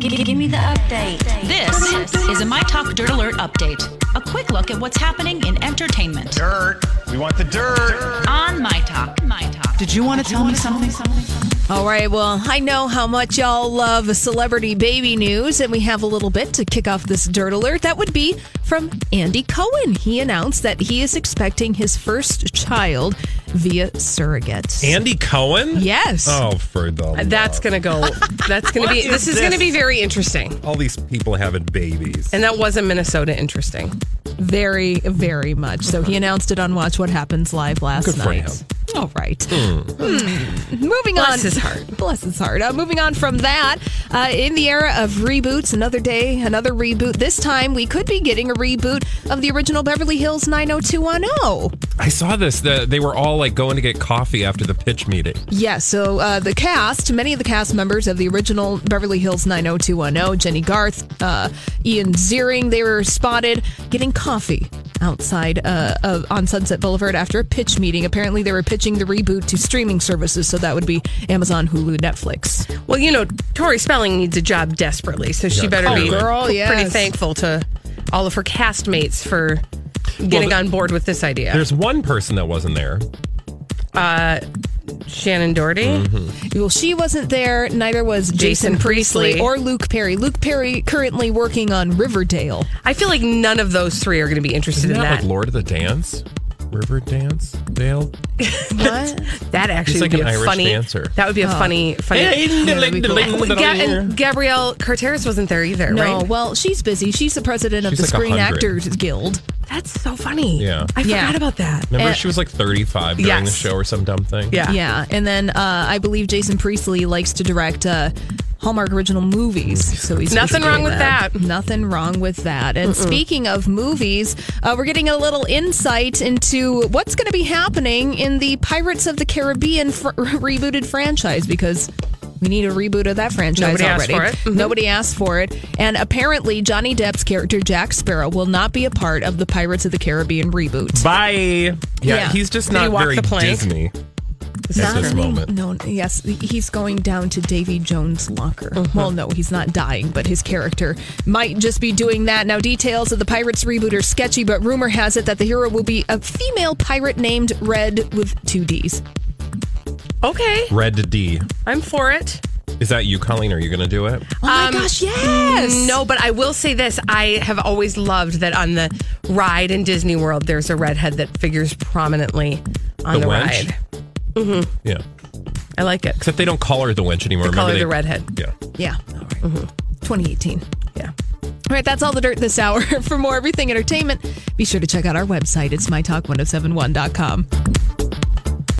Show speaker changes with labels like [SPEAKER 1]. [SPEAKER 1] Give, give, give me the update.
[SPEAKER 2] This is a My Talk Dirt Alert update. A quick look at what's happening in entertainment
[SPEAKER 3] dirt. We want the dirt.
[SPEAKER 2] on My Talk. My Talk.
[SPEAKER 4] Did you want to tell me something?
[SPEAKER 5] All right. Well, I know how much y'all love celebrity baby news, and we have a little bit to kick off this dirt alert. That would be from Andy Cohen. He announced that he is expecting his first child via surrogate.
[SPEAKER 6] Andy Cohen?
[SPEAKER 5] Yes.
[SPEAKER 6] Oh, for the
[SPEAKER 7] Uh, That's
[SPEAKER 6] love.
[SPEAKER 7] gonna go. That's gonna be.
[SPEAKER 6] is
[SPEAKER 7] This is gonna
[SPEAKER 6] this?
[SPEAKER 7] be very interesting.
[SPEAKER 6] all these people having babies.
[SPEAKER 7] And that was in Minnesota. Interesting.
[SPEAKER 5] Very, very much. So he announced it on Watch What Happens Live last
[SPEAKER 6] Good for
[SPEAKER 5] night. All right. Hmm. Moving on.
[SPEAKER 7] Bless his heart.
[SPEAKER 5] Bless his heart. Uh, moving on from that, uh, in the era of reboots, another day, another reboot. This time, we could be getting a reboot of the original Beverly Hills 90210.
[SPEAKER 6] I saw this. The, they were all like going to get coffee after the pitch meeting.
[SPEAKER 5] Yeah, so uh, the cast, many of the cast members of the original Beverly Hills 90210, Jenny Garth, uh, Ian Ziering, they were spotted getting coffee outside uh, of, on Sunset Boulevard after a pitch meeting. Apparently, they were pitching the reboot to streaming services, so that would be Amazon, Hulu, Netflix.
[SPEAKER 7] Well, you know, Tori Spelling needs a job desperately, so she better be
[SPEAKER 6] clearly.
[SPEAKER 5] Girl,
[SPEAKER 7] pretty
[SPEAKER 5] yes.
[SPEAKER 7] thankful to all of her castmates for getting
[SPEAKER 6] the-
[SPEAKER 7] on board with this idea.
[SPEAKER 6] There's one person that wasn't there.
[SPEAKER 7] Shannon Doherty.
[SPEAKER 6] Mm-hmm.
[SPEAKER 5] Well, she wasn't there, neither was Jason,
[SPEAKER 7] Jason
[SPEAKER 5] Priestley,
[SPEAKER 7] Priestley.
[SPEAKER 5] or Luke Perry. Luke Perry currently working on Riverdale.
[SPEAKER 7] I feel like none of those three are gonna be interested
[SPEAKER 6] Isn't
[SPEAKER 7] in
[SPEAKER 6] that
[SPEAKER 7] that.
[SPEAKER 6] like Lord of the Dance? River Dance? Dale?
[SPEAKER 5] What?
[SPEAKER 7] that actually
[SPEAKER 6] It's like
[SPEAKER 7] would be
[SPEAKER 6] an
[SPEAKER 7] a
[SPEAKER 6] Irish
[SPEAKER 7] funny.
[SPEAKER 6] dancer.
[SPEAKER 7] That would
[SPEAKER 5] Oh.
[SPEAKER 7] be a funny, funny. Well, Ga- and Gabrielle Carteris wasn't there either,
[SPEAKER 5] no,
[SPEAKER 7] right?
[SPEAKER 5] well, she's busy. She's the president of
[SPEAKER 6] She's
[SPEAKER 5] the
[SPEAKER 6] like
[SPEAKER 5] Screen
[SPEAKER 6] 100.
[SPEAKER 5] Actors Guild.
[SPEAKER 7] That's so funny.
[SPEAKER 6] Yeah.
[SPEAKER 7] I
[SPEAKER 5] Yeah.
[SPEAKER 7] forgot about that.
[SPEAKER 6] Remember,
[SPEAKER 5] Uh,
[SPEAKER 6] she was like 35 during the
[SPEAKER 7] Eh. Yes.
[SPEAKER 6] show or some dumb thing.
[SPEAKER 7] Yeah.
[SPEAKER 5] Yeah, and then uh, I believe Jason Priestley likes to direct uh, Hallmark original movies. So he's
[SPEAKER 7] Nothing
[SPEAKER 5] interested
[SPEAKER 7] wrong
[SPEAKER 5] in
[SPEAKER 7] with that.
[SPEAKER 5] Nothing wrong with that. And speaking of movies, uh, we're getting a little insight into what's going to be happening in the Pirates of the Caribbean fr- rebooted franchise because. We need a reboot of that franchise
[SPEAKER 7] Nobody asked
[SPEAKER 5] already.
[SPEAKER 7] for it. Mhm.
[SPEAKER 5] Nobody asked for it. And apparently, Johnny Depp's character, Jack Sparrow, will not be a part of the Pirates of the Caribbean reboot.
[SPEAKER 6] Bye. Yeah,
[SPEAKER 5] Yeah.
[SPEAKER 6] he's just
[SPEAKER 7] Did he
[SPEAKER 6] not
[SPEAKER 7] walk
[SPEAKER 6] very
[SPEAKER 7] the plank?
[SPEAKER 6] Disney at this
[SPEAKER 5] Nothing-
[SPEAKER 6] moment.
[SPEAKER 5] No, yes, he's going down to Davy Jones' locker. Well, no, he's not dying, but his character might just be doing that. Now, details of the Pirates reboot are sketchy, but rumor has it that the hero will be a female pirate named Red with two D's.
[SPEAKER 7] Okay.
[SPEAKER 6] Red D.
[SPEAKER 7] I'm for it.
[SPEAKER 6] Is that you, Colleen? Are you going to do it?
[SPEAKER 5] Oh my gosh, yes!
[SPEAKER 7] Um, No, but I will say this. I have always loved that on the ride in Disney World, there's a redhead that figures prominently on the,
[SPEAKER 6] wench?
[SPEAKER 7] ride.
[SPEAKER 6] Yeah.
[SPEAKER 7] I like it.
[SPEAKER 6] Except they don't call her the wench anymore.
[SPEAKER 7] Call
[SPEAKER 6] Remember
[SPEAKER 7] her
[SPEAKER 6] they-
[SPEAKER 7] the redhead.
[SPEAKER 6] Yeah.
[SPEAKER 5] Yeah. 2018.
[SPEAKER 7] Yeah.
[SPEAKER 5] All right, that's all the dirt this hour. oh For more everything entertainment, be sure to check out our website. It's mytalk1071.com.